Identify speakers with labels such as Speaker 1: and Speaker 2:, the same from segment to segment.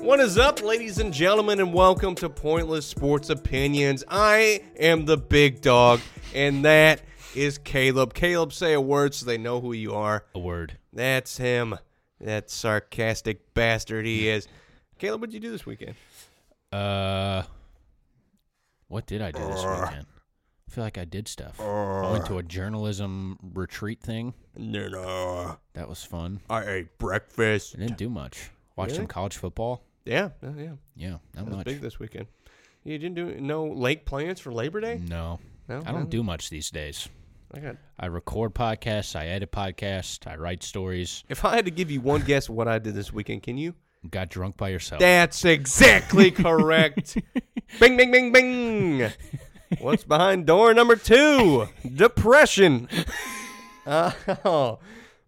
Speaker 1: What is up, ladies and gentlemen, and welcome to Pointless Sports Opinions. I am the big dog, and that is Caleb. Caleb, say a word so they know who you are.
Speaker 2: a word.
Speaker 1: That's him. That sarcastic bastard he is. Caleb, what'd you do this weekend?
Speaker 2: Uh, what did I do this weekend? I feel like I did stuff. I went to a journalism retreat thing.
Speaker 1: No, no.
Speaker 2: That was fun.
Speaker 1: I ate breakfast.
Speaker 2: I didn't do much. Watched some
Speaker 1: Really?
Speaker 2: college football.
Speaker 1: Yeah, yeah, yeah.
Speaker 2: Yeah, not
Speaker 1: That was
Speaker 2: much.
Speaker 1: big this weekend. You didn't do no lake plans for Labor Day?
Speaker 2: No,
Speaker 1: No,
Speaker 2: I
Speaker 1: no.
Speaker 2: don't do much these days.
Speaker 1: I got
Speaker 2: I record podcasts. I edit podcasts. I write stories.
Speaker 1: If I had to give you one guess what I did this weekend, can you?
Speaker 2: Got drunk by yourself.
Speaker 1: That's exactly correct. bing, bing, bing, bing. What's behind door number two? Depression. Oh.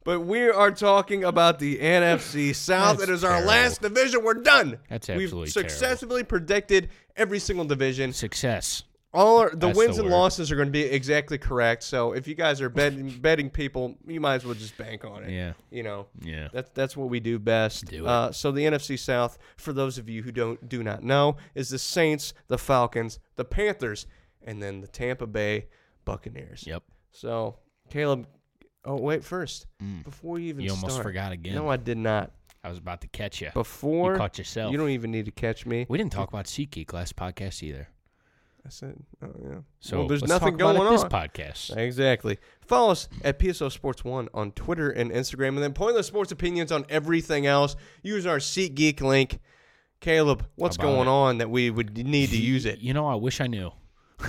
Speaker 1: But we are talking about the NFC South.
Speaker 2: That's
Speaker 1: it is our
Speaker 2: terrible.
Speaker 1: last division. We're done.
Speaker 2: That's
Speaker 1: We've
Speaker 2: absolutely terrible.
Speaker 1: successfully predicted every single division.
Speaker 2: Success.
Speaker 1: All our, the
Speaker 2: That's
Speaker 1: wins
Speaker 2: the
Speaker 1: and
Speaker 2: word.
Speaker 1: losses are going to be exactly correct. So if you guys are betting, betting people, you might as well just bank on it.
Speaker 2: Yeah.
Speaker 1: You know.
Speaker 2: Yeah.
Speaker 1: That's that's what we do best.
Speaker 2: Do it.
Speaker 1: Uh, so the NFC South, for those of you who don't do not know, is the Saints, the Falcons, the Panthers, and then the Tampa Bay Buccaneers.
Speaker 2: Yep.
Speaker 1: So Caleb, oh wait, first before you even
Speaker 2: Mm. You almost
Speaker 1: start-
Speaker 2: forgot again.
Speaker 1: No, I did not.
Speaker 2: I was about to catch you.
Speaker 1: Before
Speaker 2: you caught yourself.
Speaker 1: You don't even need to catch me.
Speaker 2: we didn't talk about SeatGeek last podcast either.
Speaker 1: I said, oh yeah.
Speaker 2: So
Speaker 1: well, there's
Speaker 2: let's
Speaker 1: nothing
Speaker 2: talk
Speaker 1: going
Speaker 2: about
Speaker 1: on.
Speaker 2: it this podcast.
Speaker 1: Exactly. Follow us at PSO Sports One on Twitter and Instagram, and then Pointless Sports Opinions on everything else. Use our SeatGeek link. Caleb, what's
Speaker 2: About
Speaker 1: going
Speaker 2: it.
Speaker 1: on that we would need to use it?
Speaker 2: You know, I wish I knew.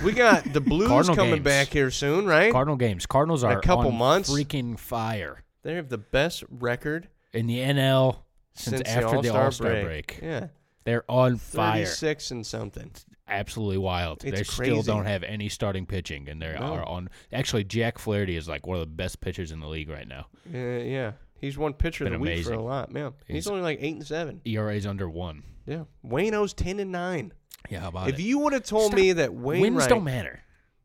Speaker 1: We got the Blues
Speaker 2: Cardinal
Speaker 1: coming
Speaker 2: games.
Speaker 1: back here soon, right?
Speaker 2: Cardinal games. Cardinals
Speaker 1: In a
Speaker 2: are
Speaker 1: couple
Speaker 2: on
Speaker 1: months.
Speaker 2: freaking fire
Speaker 1: they have the best record
Speaker 2: in the NL since, after the All Star break.
Speaker 1: Yeah,
Speaker 2: They're on fire.
Speaker 1: thirty-six and something.
Speaker 2: Absolutely wild.
Speaker 1: It's
Speaker 2: they
Speaker 1: crazy.
Speaker 2: still don't have any starting pitching, and they
Speaker 1: No.
Speaker 2: are on. Actually, Jack Flaherty is like one of the best pitchers in the league right now.
Speaker 1: Uh, yeah, he's one pitcher of the
Speaker 2: Been
Speaker 1: week for a
Speaker 2: amazing.
Speaker 1: lot, man. He's,
Speaker 2: He's-
Speaker 1: only like eight and seven.
Speaker 2: ERA is under one.
Speaker 1: Yeah, Wayno's ten and nine.
Speaker 2: Yeah, how about
Speaker 1: if
Speaker 2: it?
Speaker 1: you would have told
Speaker 2: Stop.
Speaker 1: me that Wayne
Speaker 2: wins don't matter,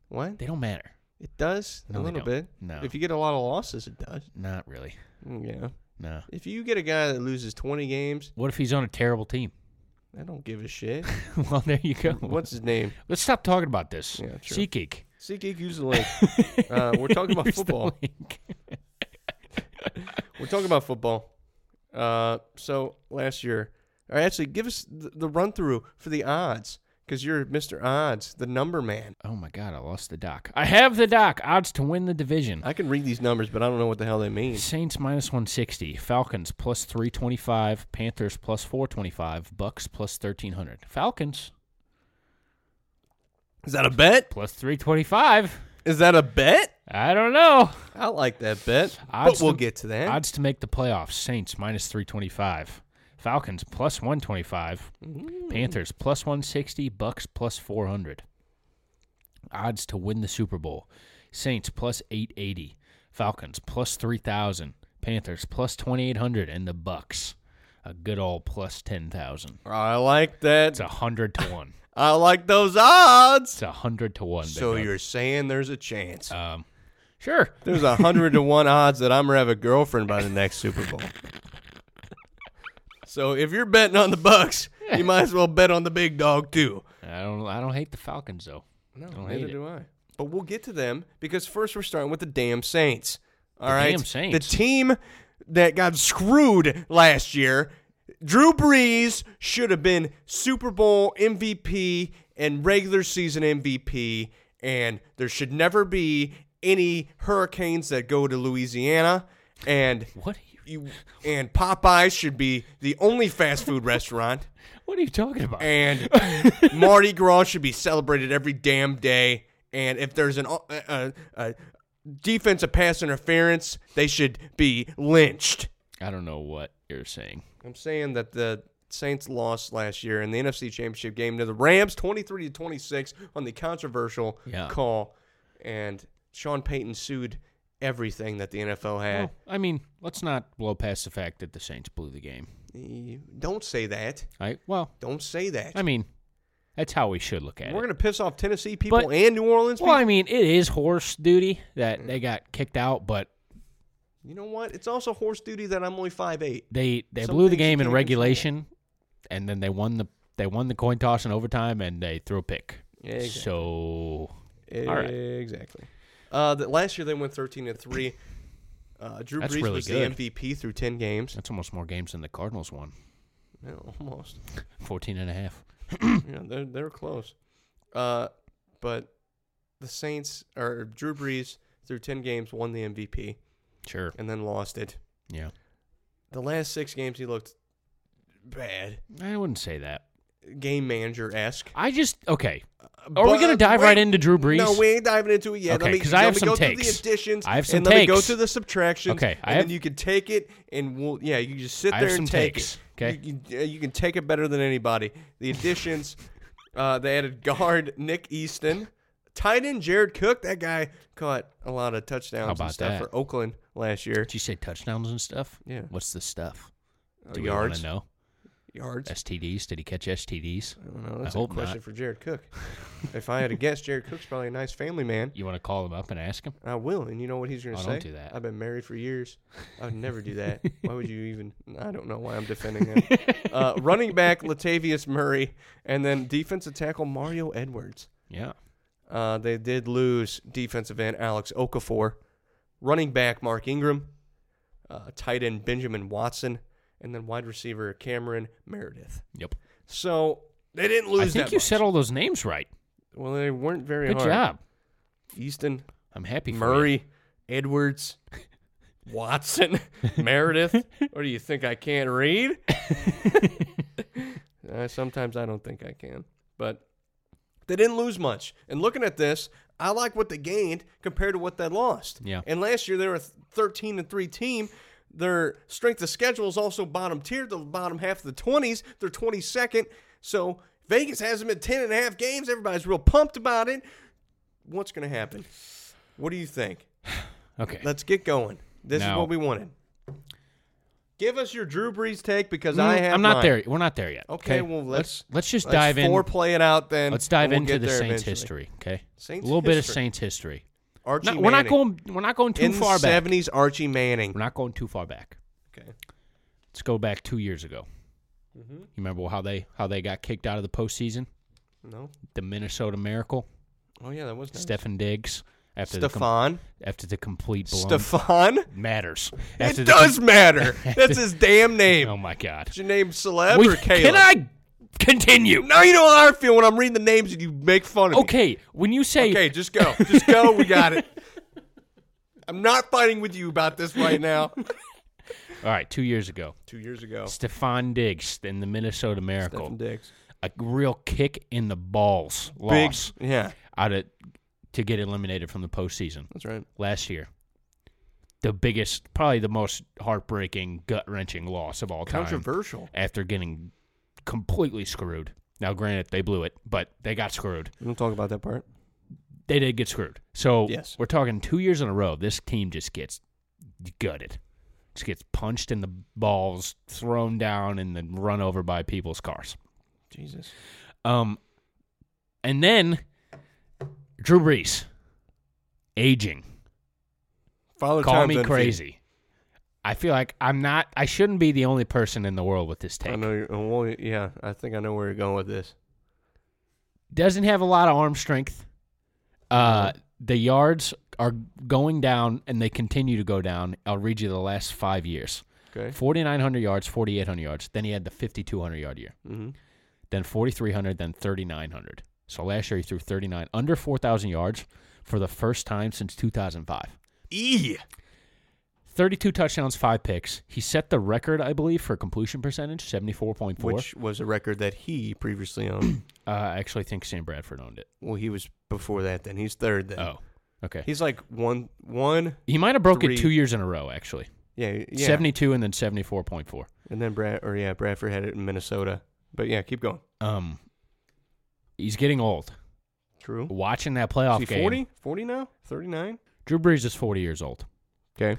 Speaker 1: what
Speaker 2: they don't matter.
Speaker 1: It does
Speaker 2: No,
Speaker 1: a
Speaker 2: they
Speaker 1: little
Speaker 2: don't.
Speaker 1: bit.
Speaker 2: No.
Speaker 1: If you get a lot of losses, it does. Mm,
Speaker 2: Not really.
Speaker 1: Yeah.
Speaker 2: No.
Speaker 1: If you get a guy that loses 20 games,
Speaker 2: What if he's on a terrible team?
Speaker 1: I don't give a shit.
Speaker 2: well, there you go.
Speaker 1: What's his name?
Speaker 2: Let's stop talking about this.
Speaker 1: Yeah, true.
Speaker 2: SeatGeek.
Speaker 1: SeatGeek, use the link. Uh, we're talking about
Speaker 2: Here's the
Speaker 1: football.
Speaker 2: link.
Speaker 1: We're talking about football. Uh, so last year, or actually, give us the, the run through for the odds because you're Mr. Odds, the number man.
Speaker 2: Oh my god, I lost the doc. I have the doc. Odds to win the division.
Speaker 1: I can read these numbers, but I don't know what the hell they mean.
Speaker 2: Saints minus 160, Falcons plus 325, Panthers plus 425, Bucks plus 1300. Falcons
Speaker 1: Is that a bet?
Speaker 2: plus 325.
Speaker 1: Is that a bet?
Speaker 2: I don't know.
Speaker 1: I like that bet. but
Speaker 2: Odds
Speaker 1: we'll
Speaker 2: to-
Speaker 1: get to that.
Speaker 2: Odds to make the playoffs. Saints minus 325, Falcons plus
Speaker 1: Mm.
Speaker 2: 125, Panthers plus 160, Bucks plus 400. odds to win the Super Bowl. Saints plus 880, Falcons plus 3000, Panthers plus 2800 and the Bucks a good old plus 10,000.
Speaker 1: I like that. It's
Speaker 2: 100 to 1.
Speaker 1: I like those odds.
Speaker 2: It's 100 to 1.
Speaker 1: So
Speaker 2: big dog.
Speaker 1: you're saying there's a chance.
Speaker 2: Um, sure.
Speaker 1: There's a hundred to one odds that I'm gonna have a girlfriend by the next Super Bowl. So if you're betting on the Bucks, you might as well bet on the big dog too.
Speaker 2: I don't I don't hate the Falcons though.
Speaker 1: No,
Speaker 2: I don't hate
Speaker 1: Oh, neither
Speaker 2: it.
Speaker 1: do I. But we'll get to them because first we're starting with the damn Saints. All
Speaker 2: The
Speaker 1: right,
Speaker 2: damn Saints.
Speaker 1: the team that got screwed last year. Drew Brees should have been Super Bowl MVP and regular season MVP, and there should never be any hurricanes that go to Louisiana. And
Speaker 2: What are you
Speaker 1: you and Popeyes should be the only fast food restaurant.
Speaker 2: What are you talking about?
Speaker 1: And Mardi Gras should be celebrated every damn day. And if there's an uh, uh, uh, defensive pass interference, they should be lynched.
Speaker 2: I don't know what you're saying.
Speaker 1: I'm saying that the Saints lost last year in the NFC Championship game to the Rams, 23 to 26, on the controversial
Speaker 2: Yeah.
Speaker 1: call. And Sean Payton sued everything that the NFL had.
Speaker 2: Well, I mean, let's not blow past the fact that the Saints blew the game.
Speaker 1: You- Don't say that.
Speaker 2: I well,
Speaker 1: Don't say that.
Speaker 2: I mean, that's how we should look at
Speaker 1: We're
Speaker 2: it.
Speaker 1: gonna piss off Tennessee people
Speaker 2: But-
Speaker 1: and New Orleans
Speaker 2: Well,
Speaker 1: people.
Speaker 2: I mean, it is horse duty that they got kicked out, but
Speaker 1: you know what? It's also horse duty that I'm only five eight.
Speaker 2: they they
Speaker 1: Some
Speaker 2: blew the
Speaker 1: things
Speaker 2: game
Speaker 1: you can't
Speaker 2: in
Speaker 1: control.
Speaker 2: regulation, and then they won the they won the coin toss in overtime, and they threw a pick.
Speaker 1: Yeah, exactly.
Speaker 2: So All right.
Speaker 1: Exactly. Uh, the, last year they went thirteen and three. Uh, Drew
Speaker 2: That's
Speaker 1: Brees
Speaker 2: really
Speaker 1: was
Speaker 2: good.
Speaker 1: the MVP through ten games.
Speaker 2: that's almost more games than the Cardinals won.
Speaker 1: Yeah, almost.
Speaker 2: 14 and a half.
Speaker 1: yeah, they're they're close. Uh, but the Saints or Drew Brees through ten games won the MVP
Speaker 2: Sure.
Speaker 1: and then lost it.
Speaker 2: Yeah.
Speaker 1: The last six games he looked bad,
Speaker 2: I wouldn't say that.
Speaker 1: game manager esque.
Speaker 2: I just okay.
Speaker 1: Are
Speaker 2: we gonna dive right into Drew Brees?
Speaker 1: No, we ain't diving into it yet.
Speaker 2: Okay,
Speaker 1: Let me-
Speaker 2: 'cause I
Speaker 1: let
Speaker 2: have
Speaker 1: me
Speaker 2: some
Speaker 1: go
Speaker 2: takes.
Speaker 1: Through the additions.
Speaker 2: I have some
Speaker 1: and Let me go
Speaker 2: takes.
Speaker 1: through the subtractions.
Speaker 2: Okay, I
Speaker 1: and
Speaker 2: have-
Speaker 1: then you can take it, and we'll yeah, you just sit
Speaker 2: I
Speaker 1: there
Speaker 2: have
Speaker 1: and
Speaker 2: some
Speaker 1: take
Speaker 2: takes,
Speaker 1: it.
Speaker 2: okay.
Speaker 1: you, you, uh, you can take it better than anybody. The additions, uh, they added guard Nick Easton, tight end Jared Cook. That guy caught a lot of touchdowns
Speaker 2: about
Speaker 1: and stuff
Speaker 2: that?
Speaker 1: for Oakland last year.
Speaker 2: Did you say touchdowns and stuff?
Speaker 1: Yeah.
Speaker 2: What's the stuff?
Speaker 1: Uh,
Speaker 2: Do we want
Speaker 1: yards,
Speaker 2: to know?
Speaker 1: yards.
Speaker 2: STDs? Did he catch STDs?
Speaker 1: I don't know. That's a
Speaker 2: hope
Speaker 1: question
Speaker 2: not.
Speaker 1: for Jared Cook. if I had to guess, Jared Cook's probably a nice family man.
Speaker 2: You want to call him up and ask him?
Speaker 1: I will, and you know what he's gonna
Speaker 2: Oh,
Speaker 1: say?
Speaker 2: don't do that.
Speaker 1: I've been married for years. I would never do that. why would you even? I don't know why I'm defending him. uh, running back Latavius Murray, and then defensive tackle Mario Edwards.
Speaker 2: Yeah.
Speaker 1: Uh, they did lose defensive end Alex Okafor, running back Mark Ingram, uh, tight end Benjamin Watson, and then wide receiver Cameron Meredith.
Speaker 2: Yep.
Speaker 1: So they didn't lose.
Speaker 2: I think
Speaker 1: that
Speaker 2: you
Speaker 1: much.
Speaker 2: said all those names right.
Speaker 1: Well, they weren't very
Speaker 2: Good
Speaker 1: hard.
Speaker 2: job.
Speaker 1: Easton,
Speaker 2: I'm happy. for you.
Speaker 1: Murray, Edwards, Watson, Meredith. Or do you think I can't read? Uh, sometimes I don't think I can. But they didn't lose much. And looking at this, I like what they gained compared to what they lost.
Speaker 2: Yeah.
Speaker 1: And last year they were a 13 and 3 team. Their strength of schedule is also bottom tier, the bottom half of the 20s. They're 22nd. So Vegas has them in 10 and a half games. Everybody's real pumped about it. What's going to happen? What do you think?
Speaker 2: Okay.
Speaker 1: Let's get going. This is
Speaker 2: No.
Speaker 1: what we wanted. Give us your Drew Brees take because
Speaker 2: Mm,
Speaker 1: I have.
Speaker 2: I'm not
Speaker 1: mine.
Speaker 2: there. We're not there yet.
Speaker 1: Okay, well, let's-
Speaker 2: let's let's just
Speaker 1: Let's
Speaker 2: dive in.
Speaker 1: Foreplay it out then.
Speaker 2: Let's dive
Speaker 1: and
Speaker 2: into
Speaker 1: we'll get
Speaker 2: the
Speaker 1: there
Speaker 2: Saints
Speaker 1: eventually.
Speaker 2: history. Okay.
Speaker 1: Saints
Speaker 2: a little bit of
Speaker 1: history.
Speaker 2: Saints history.
Speaker 1: Archie
Speaker 2: No, we're not
Speaker 1: Manning.
Speaker 2: going. We're not going too
Speaker 1: in
Speaker 2: far
Speaker 1: the
Speaker 2: back.
Speaker 1: 70s, Archie Manning.
Speaker 2: We're not going too far back.
Speaker 1: Okay.
Speaker 2: Let's go back two years ago.
Speaker 1: Mm-hmm.
Speaker 2: You remember how they how they got kicked out of the postseason?
Speaker 1: No.
Speaker 2: The Minnesota Miracle,
Speaker 1: Oh yeah, that was nice.
Speaker 2: Stephen Diggs, after
Speaker 1: Stefan.
Speaker 2: the com- after the complete blown
Speaker 1: Stefan.
Speaker 2: matters. After
Speaker 1: It
Speaker 2: the com-
Speaker 1: does matter. That's his damn name.
Speaker 2: Oh my God!
Speaker 1: Is your name celeb
Speaker 2: We-
Speaker 1: or Caleb?
Speaker 2: can I continue?
Speaker 1: Now you know how I feel when I'm reading the names and you make fun of me.
Speaker 2: Okay, when you say
Speaker 1: Okay, just go. Just go. We got it. I'm not fighting with you about this right now.
Speaker 2: all right, two years ago,
Speaker 1: Two years ago.
Speaker 2: Stephon Diggs in the Minnesota Miracle,
Speaker 1: Stephen Diggs.
Speaker 2: a real kick in the balls
Speaker 1: Big.
Speaker 2: loss
Speaker 1: Yeah,
Speaker 2: out of to get eliminated from the postseason.
Speaker 1: that's right.
Speaker 2: last year. The biggest, probably the most heartbreaking, gut wrenching loss of all time.
Speaker 1: Controversial.
Speaker 2: After getting completely screwed. Now, granted, they blew it, but they got screwed.
Speaker 1: We don't talk about that part.
Speaker 2: They did get screwed. So
Speaker 1: Yes.
Speaker 2: we're talking two years in a row. This team just gets gutted. Just gets punched in the balls, thrown down, and then run over by people's cars.
Speaker 1: Jesus.
Speaker 2: Um, and then Drew Brees, aging.
Speaker 1: Father
Speaker 2: Call
Speaker 1: Time's
Speaker 2: me
Speaker 1: undefeated.
Speaker 2: crazy. I feel like I'm not. I shouldn't be the only person in the world with this take.
Speaker 1: I know. You're, well, yeah, I think I know where you're going with this.
Speaker 2: Doesn't have a lot of arm strength. Uh, the yards are going down, and they continue to go down. I'll read you the last five years.
Speaker 1: Okay.
Speaker 2: 4,900 yards, 4,800 yards. Then he had the 5,200 yard year.
Speaker 1: Mhm.
Speaker 2: Then 4,300, then 3,900. So last year he threw 39, under 4,000 yards for the first time since 2005.
Speaker 1: E.
Speaker 2: 32 touchdowns, five picks. He set the record, I believe, for completion percentage, 74.4.
Speaker 1: Which was a record that he previously owned.
Speaker 2: uh, I actually think Sam Bradford owned it.
Speaker 1: well, he was before that. Then he's third. Then
Speaker 2: Oh, okay.
Speaker 1: he's like one one.
Speaker 2: he might have broke
Speaker 1: three-
Speaker 2: it two years in a row, actually.
Speaker 1: Yeah, yeah.
Speaker 2: 72 and then 74.4.
Speaker 1: And then Brad, or yeah, Bradford had it in Minnesota. But yeah, keep going.
Speaker 2: Um, he's getting old.
Speaker 1: True.
Speaker 2: Watching that playoff
Speaker 1: Is he
Speaker 2: game,
Speaker 1: 40? 40 now? 39?
Speaker 2: Drew Brees is 40 years old.
Speaker 1: Okay.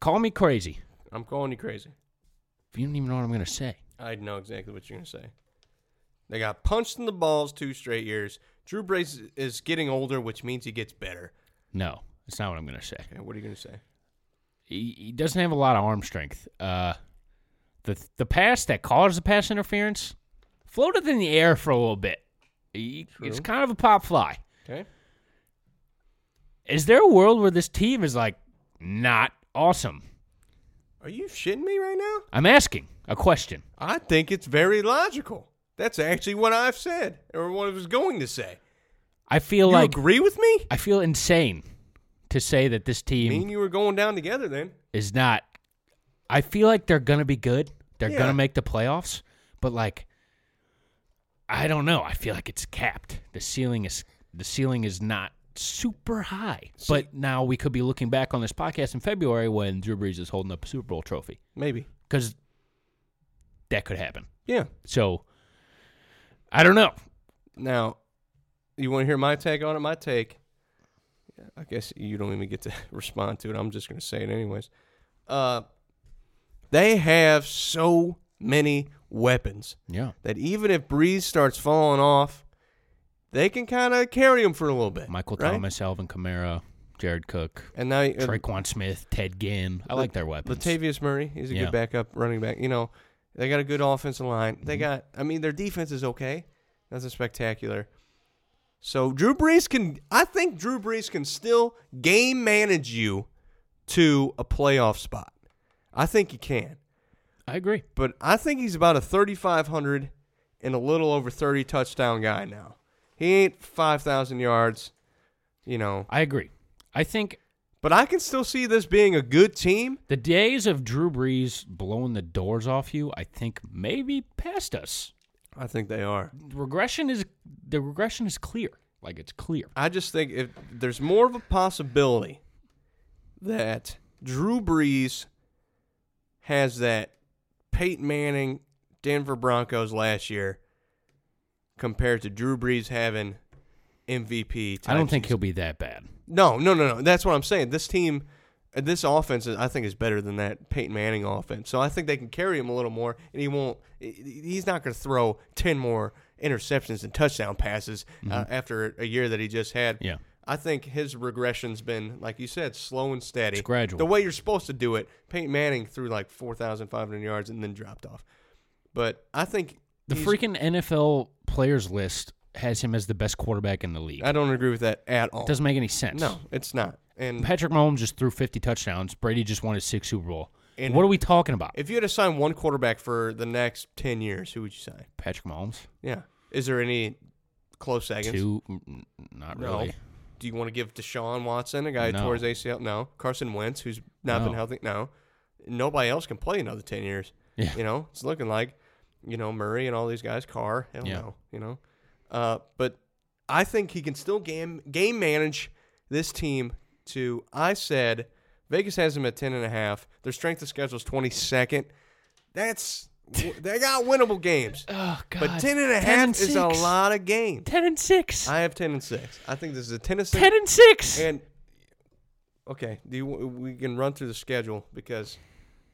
Speaker 2: Call me crazy.
Speaker 1: I'm calling you crazy.
Speaker 2: You don't even know what I'm going to say.
Speaker 1: I know exactly what you're going to say. They got punched in the balls two straight years. Drew Brees is getting older, which means he gets better.
Speaker 2: No, that's not what I'm going to say.
Speaker 1: Okay, what are you going to say?
Speaker 2: He, he doesn't have a lot of arm strength. Uh, the the pass that caused the pass interference floated in the air for a little bit. He, it's
Speaker 1: True.
Speaker 2: kind of a pop fly.
Speaker 1: Okay.
Speaker 2: Is there a world where this team is like not awesome?
Speaker 1: Are you shitting me right now?
Speaker 2: I'm asking a question.
Speaker 1: I think it's very logical. That's actually what I've said, or what I was going to say.
Speaker 2: I feel
Speaker 1: you
Speaker 2: like
Speaker 1: agree with me?
Speaker 2: I feel insane to say that this team
Speaker 1: Me and you were going down together then.
Speaker 2: is not. I feel like they're gonna be good. They're
Speaker 1: Yeah.
Speaker 2: gonna make the playoffs, but like, I don't know. I feel like it's capped. The ceiling is the ceiling is not super high. but now we could be looking back on this podcast in February when Drew Brees is holding up a Super Bowl trophy
Speaker 1: Maybe.
Speaker 2: because that could happen.
Speaker 1: Yeah.
Speaker 2: So I don't know.
Speaker 1: Now, you want to hear my take on it? My take. I guess you don't even get to respond to it. I'm just going to say it anyways. Uh, they have so many weapons
Speaker 2: Yeah,
Speaker 1: that even if Breeze starts falling off, they can kind of carry him for a little bit.
Speaker 2: Michael
Speaker 1: right?
Speaker 2: Thomas, Alvin Kamara, Jared Cook,
Speaker 1: and now uh,
Speaker 2: Traquan Smith, Ted Ginn. I
Speaker 1: La-
Speaker 2: like their weapons.
Speaker 1: Latavius Murray is a
Speaker 2: Yeah.
Speaker 1: good backup running back. You know, they got a good offensive line.
Speaker 2: Mm-hmm.
Speaker 1: They got, I mean, their defense is okay. Nothing spectacular. So Drew Brees can, I think Drew Brees can still game manage you to a playoff spot. I think he can,
Speaker 2: I agree.
Speaker 1: but I think he's about a 3,500 and a little over 30 touchdown guy now. He ain't 5,000 yards, you know.
Speaker 2: I agree. I think
Speaker 1: But I can still see this being a good team.
Speaker 2: The days of Drew Brees blowing the doors off you, I think, maybe past us.
Speaker 1: I think they are.
Speaker 2: Regression is the regression is clear. Like it's clear.
Speaker 1: I just think if there's more of a possibility that Drew Brees has that Peyton Manning Denver Broncos last year compared to Drew Brees having MVP.
Speaker 2: I don't
Speaker 1: type
Speaker 2: think he'll
Speaker 1: season.
Speaker 2: be that bad.
Speaker 1: No, no, no, no. That's what I'm saying. This team, uh, this offense, is, I think, is better than that Peyton Manning offense. So I think they can carry him a little more, and he won't. he- He's not going to throw ten more interceptions and touchdown passes uh, after a year that he just had.
Speaker 2: Mm-hmm. Yeah.
Speaker 1: I think his regression's been, like you said, slow and steady.
Speaker 2: It's gradual.
Speaker 1: The way you're supposed to do it. Peyton Manning threw like four thousand five hundred yards and then dropped off. But I think
Speaker 2: The
Speaker 1: he's-
Speaker 2: freaking NFL players list has him as the best quarterback in the league.
Speaker 1: I don't agree with that at all.
Speaker 2: It doesn't make any sense.
Speaker 1: No, it's not. And
Speaker 2: Patrick Mahomes just threw 50 touchdowns. Brady just won his sixth Super Bowl.
Speaker 1: And-
Speaker 2: what are we talking about?
Speaker 1: If you had to sign one quarterback for the next ten years, who would you sign?
Speaker 2: Patrick Mahomes?
Speaker 1: Yeah. Is there any close seconds?
Speaker 2: Two? mm, mm, Not
Speaker 1: No.
Speaker 2: really.
Speaker 1: Do you want to give Deshaun Watson, a guy who
Speaker 2: No.
Speaker 1: tore his ACL? No. Carson Wentz, who's not been
Speaker 2: No.
Speaker 1: healthy? No. Nobody else can play another ten years.
Speaker 2: Yeah.
Speaker 1: You know, it's looking like, you know, Murray and all these guys, Carr. Hell
Speaker 2: Yeah.
Speaker 1: no. You know, uh, but I think he can still game game manage this team to. I said Vegas has them at ten and a half. Their strength of schedule is twenty second. That's They got winnable games.
Speaker 2: Oh, God.
Speaker 1: But 10 and a
Speaker 2: 10
Speaker 1: half
Speaker 2: and
Speaker 1: is a
Speaker 2: six.
Speaker 1: lot of games.
Speaker 2: 10 and 6.
Speaker 1: I have 10 and 6. I think this is a 10 and 6.
Speaker 2: 10 and 6.
Speaker 1: And okay, do you, we can run through the schedule because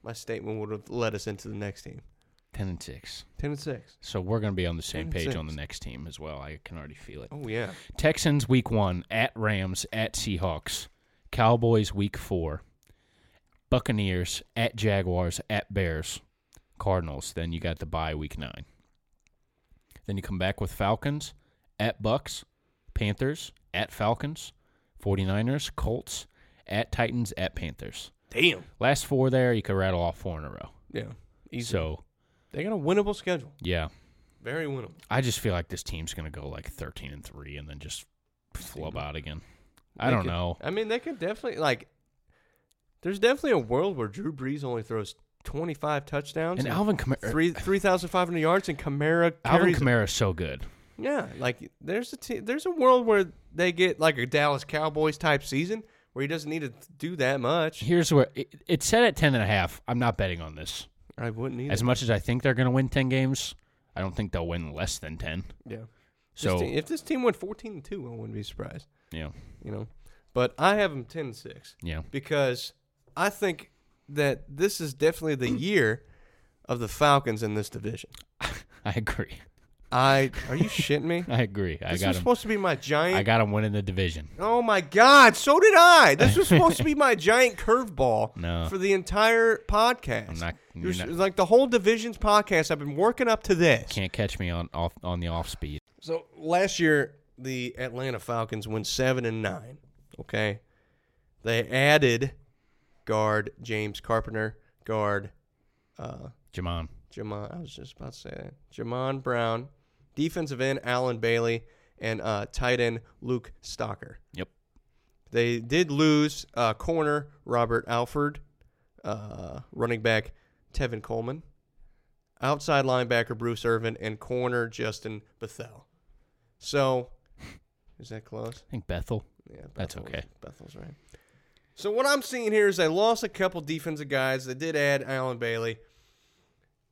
Speaker 1: my statement would have led us into the next team.
Speaker 2: 10 and 6.
Speaker 1: 10 and 6.
Speaker 2: So we're going to be on the
Speaker 1: 10
Speaker 2: same
Speaker 1: and
Speaker 2: page
Speaker 1: six.
Speaker 2: on the next team as well. I can already feel it.
Speaker 1: Oh yeah.
Speaker 2: Texans week 1 at Rams at Seahawks. Cowboys week 4. Buccaneers at Jaguars at Bears. Cardinals, then you got the bye week 9. Then you come back with Falcons at Bucks, Panthers at Falcons, 49ers, Colts at Titans at Panthers.
Speaker 1: Damn.
Speaker 2: Last four there, you could rattle off four in a row.
Speaker 1: Yeah. Easy.
Speaker 2: So,
Speaker 1: They got a winnable schedule.
Speaker 2: yeah.
Speaker 1: Very winnable.
Speaker 2: I just feel like this team's going to go like 13 and 3 and then just flub out again. I
Speaker 1: They
Speaker 2: don't
Speaker 1: could-
Speaker 2: know.
Speaker 1: I mean, they could definitely like. There's definitely a world where Drew Brees only throws 25 touchdowns
Speaker 2: And Alvin Kamara-
Speaker 1: three 3,500 yards, and Kamara
Speaker 2: Alvin
Speaker 1: carries-
Speaker 2: Kamara is so good.
Speaker 1: Yeah, like there's a te- there's a world where they get like a Dallas Cowboys type season where he doesn't need to do that much.
Speaker 2: Here's where it, it's set at 10 and a half. I'm not betting on this.
Speaker 1: I wouldn't either.
Speaker 2: As much as I think they're going to win 10 games, I don't think they'll win less than 10.
Speaker 1: yeah. This
Speaker 2: So,
Speaker 1: te- if this team went 14 and 2, I wouldn't be surprised,
Speaker 2: yeah.
Speaker 1: you know. But I have them 10 6.
Speaker 2: Yeah.
Speaker 1: because I think that this is definitely the year of the Falcons in this division.
Speaker 2: I agree.
Speaker 1: I are you shitting me?
Speaker 2: I agree. I
Speaker 1: This
Speaker 2: got
Speaker 1: was
Speaker 2: him.
Speaker 1: supposed to be my giant.
Speaker 2: I got him winning the division.
Speaker 1: oh my god! So did I. This was supposed to be my giant curveball
Speaker 2: No.
Speaker 1: for the entire podcast.
Speaker 2: I'm not-
Speaker 1: It
Speaker 2: you're
Speaker 1: was-
Speaker 2: not-
Speaker 1: it was like the whole division's podcast. I've been working up to this.
Speaker 2: Can't catch me on off on the off speed.
Speaker 1: So last year, the Atlanta Falcons went seven and nine. Okay, they added guard James Carpenter, guard uh,
Speaker 2: Jamon.
Speaker 1: Jamon. I was just about to say that. Jamon Brown, defensive end Alan Bailey, and uh, tight end Luke Stocker.
Speaker 2: Yep.
Speaker 1: They did lose uh, corner Robert Alford, uh, running back Tevin Coleman, outside linebacker Bruce Irvin, and corner Justin Bethel. So, is that close?
Speaker 2: I think Bethel.
Speaker 1: Yeah,
Speaker 2: That's
Speaker 1: Bethel's-
Speaker 2: okay.
Speaker 1: Bethel's right. So what I'm seeing here is they lost a couple defensive guys. They did add Alan Bailey.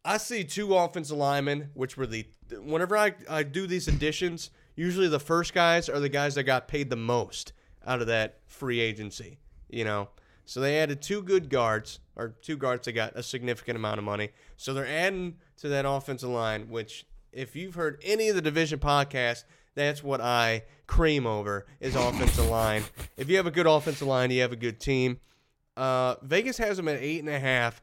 Speaker 1: I see two offensive linemen, which were the whenever I, I do these additions, usually the first guys are the guys that got paid the most out of that free agency. You know. So they added two good guards, or two guards that got a significant amount of money. So they're adding to that offensive line, which if you've heard any of the division podcasts, that's what I cream over is offensive line. If you have a good offensive line, you have a good team. Uh, Vegas has them at eight and a half.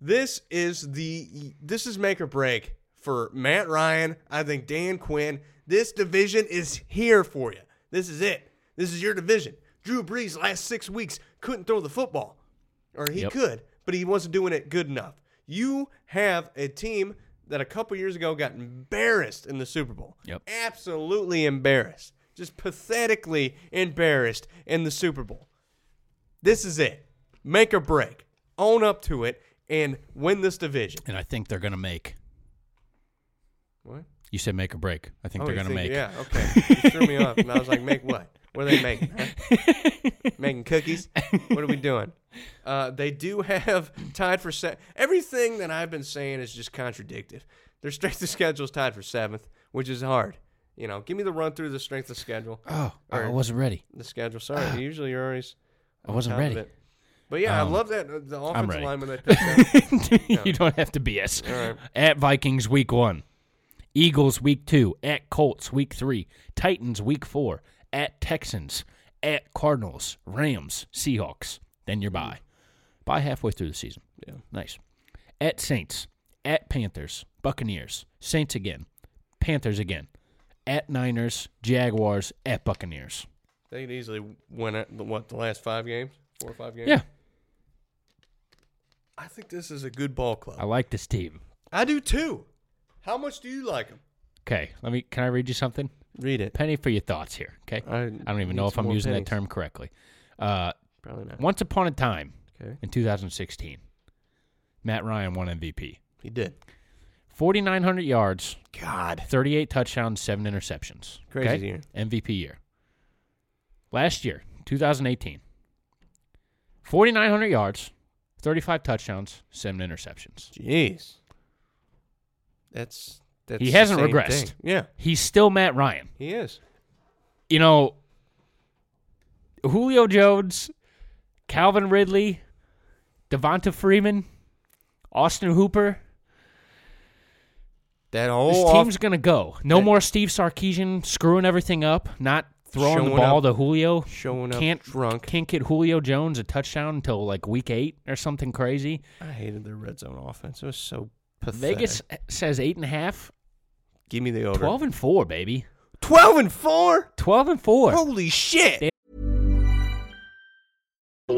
Speaker 1: This is the this is make or break for Matt Ryan. I think Dan Quinn. This division is here for you. This is it. This is your division. Drew Brees last six weeks couldn't throw the football, or he
Speaker 2: Yep.
Speaker 1: could, but he wasn't doing it good enough. You have a team that a couple years ago got embarrassed in the Super Bowl.
Speaker 2: Yep.
Speaker 1: Absolutely embarrassed. Just pathetically embarrassed in the Super Bowl. This is it. Make or break. Own up to it and win this division.
Speaker 2: And I think they're gonna make.
Speaker 1: What?
Speaker 2: You said make or break. I think
Speaker 1: Oh,
Speaker 2: they're
Speaker 1: you
Speaker 2: gonna make.
Speaker 1: Yeah, okay. You threw me off. And I was like, make what? What are they making? huh? making cookies? What are we doing? Uh, they do have tied for se- Everything that I've been saying is just contradictive. Their strength of schedule is tied for seventh, which is hard. You know, give me the run through the strength of schedule.
Speaker 2: Oh, I
Speaker 1: Or-
Speaker 2: wasn't ready.
Speaker 1: the schedule. Sorry, usually you're always.
Speaker 2: I
Speaker 1: on
Speaker 2: wasn't
Speaker 1: top of
Speaker 2: ready.
Speaker 1: it. But yeah,
Speaker 2: Um,
Speaker 1: I love that uh, the
Speaker 2: I'm
Speaker 1: offensive
Speaker 2: ready.
Speaker 1: lineman they picked up.
Speaker 2: you don't have to BS.
Speaker 1: All right.
Speaker 2: At Vikings week one, Eagles week two, at Colts week three, Titans week four, at Texans, at Cardinals, Rams, Seahawks. Then you're by. By halfway through the season. Yeah. Nice. At Saints, at Panthers, Buccaneers, Saints again, Panthers again, at Niners, Jaguars, at Buccaneers.
Speaker 1: They could easily win it. the- What the last five games, four or five games?
Speaker 2: Yeah.
Speaker 1: I think this is a good ball club.
Speaker 2: I like this team.
Speaker 1: I do too. How much do you like them?
Speaker 2: Okay, let me can I read you something?
Speaker 1: Read it.
Speaker 2: penny for your thoughts here. Okay,
Speaker 1: I
Speaker 2: I, don't
Speaker 1: need
Speaker 2: even know if
Speaker 1: some
Speaker 2: I'm
Speaker 1: more
Speaker 2: using
Speaker 1: pennies.
Speaker 2: that term correctly. Uh,
Speaker 1: Probably not.
Speaker 2: once upon a time
Speaker 1: Okay,
Speaker 2: in 2016, Matt Ryan won MVP,
Speaker 1: he did.
Speaker 2: 4,900 yards,
Speaker 1: God,
Speaker 2: 38 touchdowns, seven interceptions.
Speaker 1: Crazy
Speaker 2: okay?
Speaker 1: year.
Speaker 2: MVP year. Last year, 2018, 4,900 yards, 35 touchdowns, seven interceptions.
Speaker 1: jeez, That's that's
Speaker 2: he
Speaker 1: the
Speaker 2: hasn't
Speaker 1: same
Speaker 2: regressed.
Speaker 1: thing. Yeah,
Speaker 2: He's still Matt Ryan.
Speaker 1: he is.
Speaker 2: You know, Julio Jones, Calvin Ridley, Devonta Freeman, Austin Hooper.
Speaker 1: That
Speaker 2: This
Speaker 1: whole
Speaker 2: team's
Speaker 1: Oh, off-
Speaker 2: gonna go. No
Speaker 1: that-
Speaker 2: more Steve Sarkeesian screwing everything up, not throwing the
Speaker 1: Showing
Speaker 2: ball
Speaker 1: up-
Speaker 2: to Julio.
Speaker 1: showing up
Speaker 2: can't
Speaker 1: drunk.
Speaker 2: Can't get Julio Jones a touchdown until like week eight or something crazy.
Speaker 1: I hated their red zone offense. It was so pathetic.
Speaker 2: Vegas says eight and a half.
Speaker 1: give me the over.
Speaker 2: Twelve and four, baby.
Speaker 1: 12 and four.
Speaker 2: Twelve and four.
Speaker 1: Holy shit!
Speaker 3: The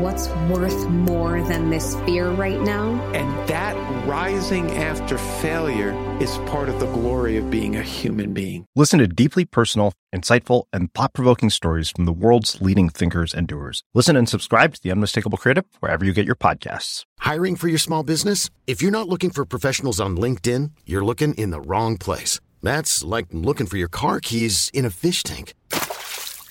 Speaker 4: What's worth more than this fear right now?
Speaker 5: And that rising after failure is part of the glory of being a human being.
Speaker 6: Listen to deeply personal, insightful, and thought provoking stories from the world's leading thinkers and doers. Listen and subscribe to The Unmistakable Creative wherever you get your podcasts.
Speaker 7: Hiring for your small business? If you're not looking for professionals on LinkedIn, you're looking in the wrong place. That's like looking for your car keys in a fish tank.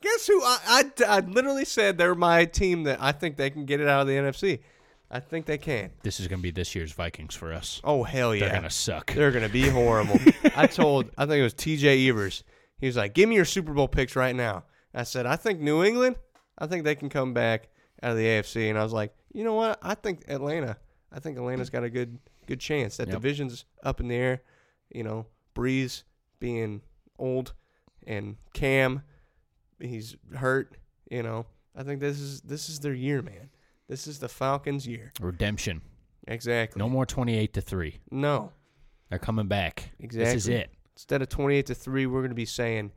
Speaker 1: Guess who? I, I, I literally said they're my team that I think they can get it out of the NFC. I think they can.
Speaker 2: This is gonna be this year's Vikings for us.
Speaker 1: Oh hell yeah!
Speaker 2: They're gonna suck.
Speaker 1: They're gonna be horrible. I told I think it was TJ Evers. He was like, Give me your Super Bowl picks right now. I said, I think New England, I think they can come back out of the AFC. And I was like, you know what? I think Atlanta. I think Atlanta's got a good good chance. That
Speaker 2: Yep.
Speaker 1: division's up in the air, you know, Breeze being old and Cam he's hurt, you know. I think this is this is their year, man. This is the Falcons year.
Speaker 2: Redemption.
Speaker 1: Exactly.
Speaker 2: No more twenty-eight to three.
Speaker 1: No.
Speaker 2: They're coming back.
Speaker 1: Exactly.
Speaker 2: This is it.
Speaker 1: Instead of 28 to 3, we're going to be saying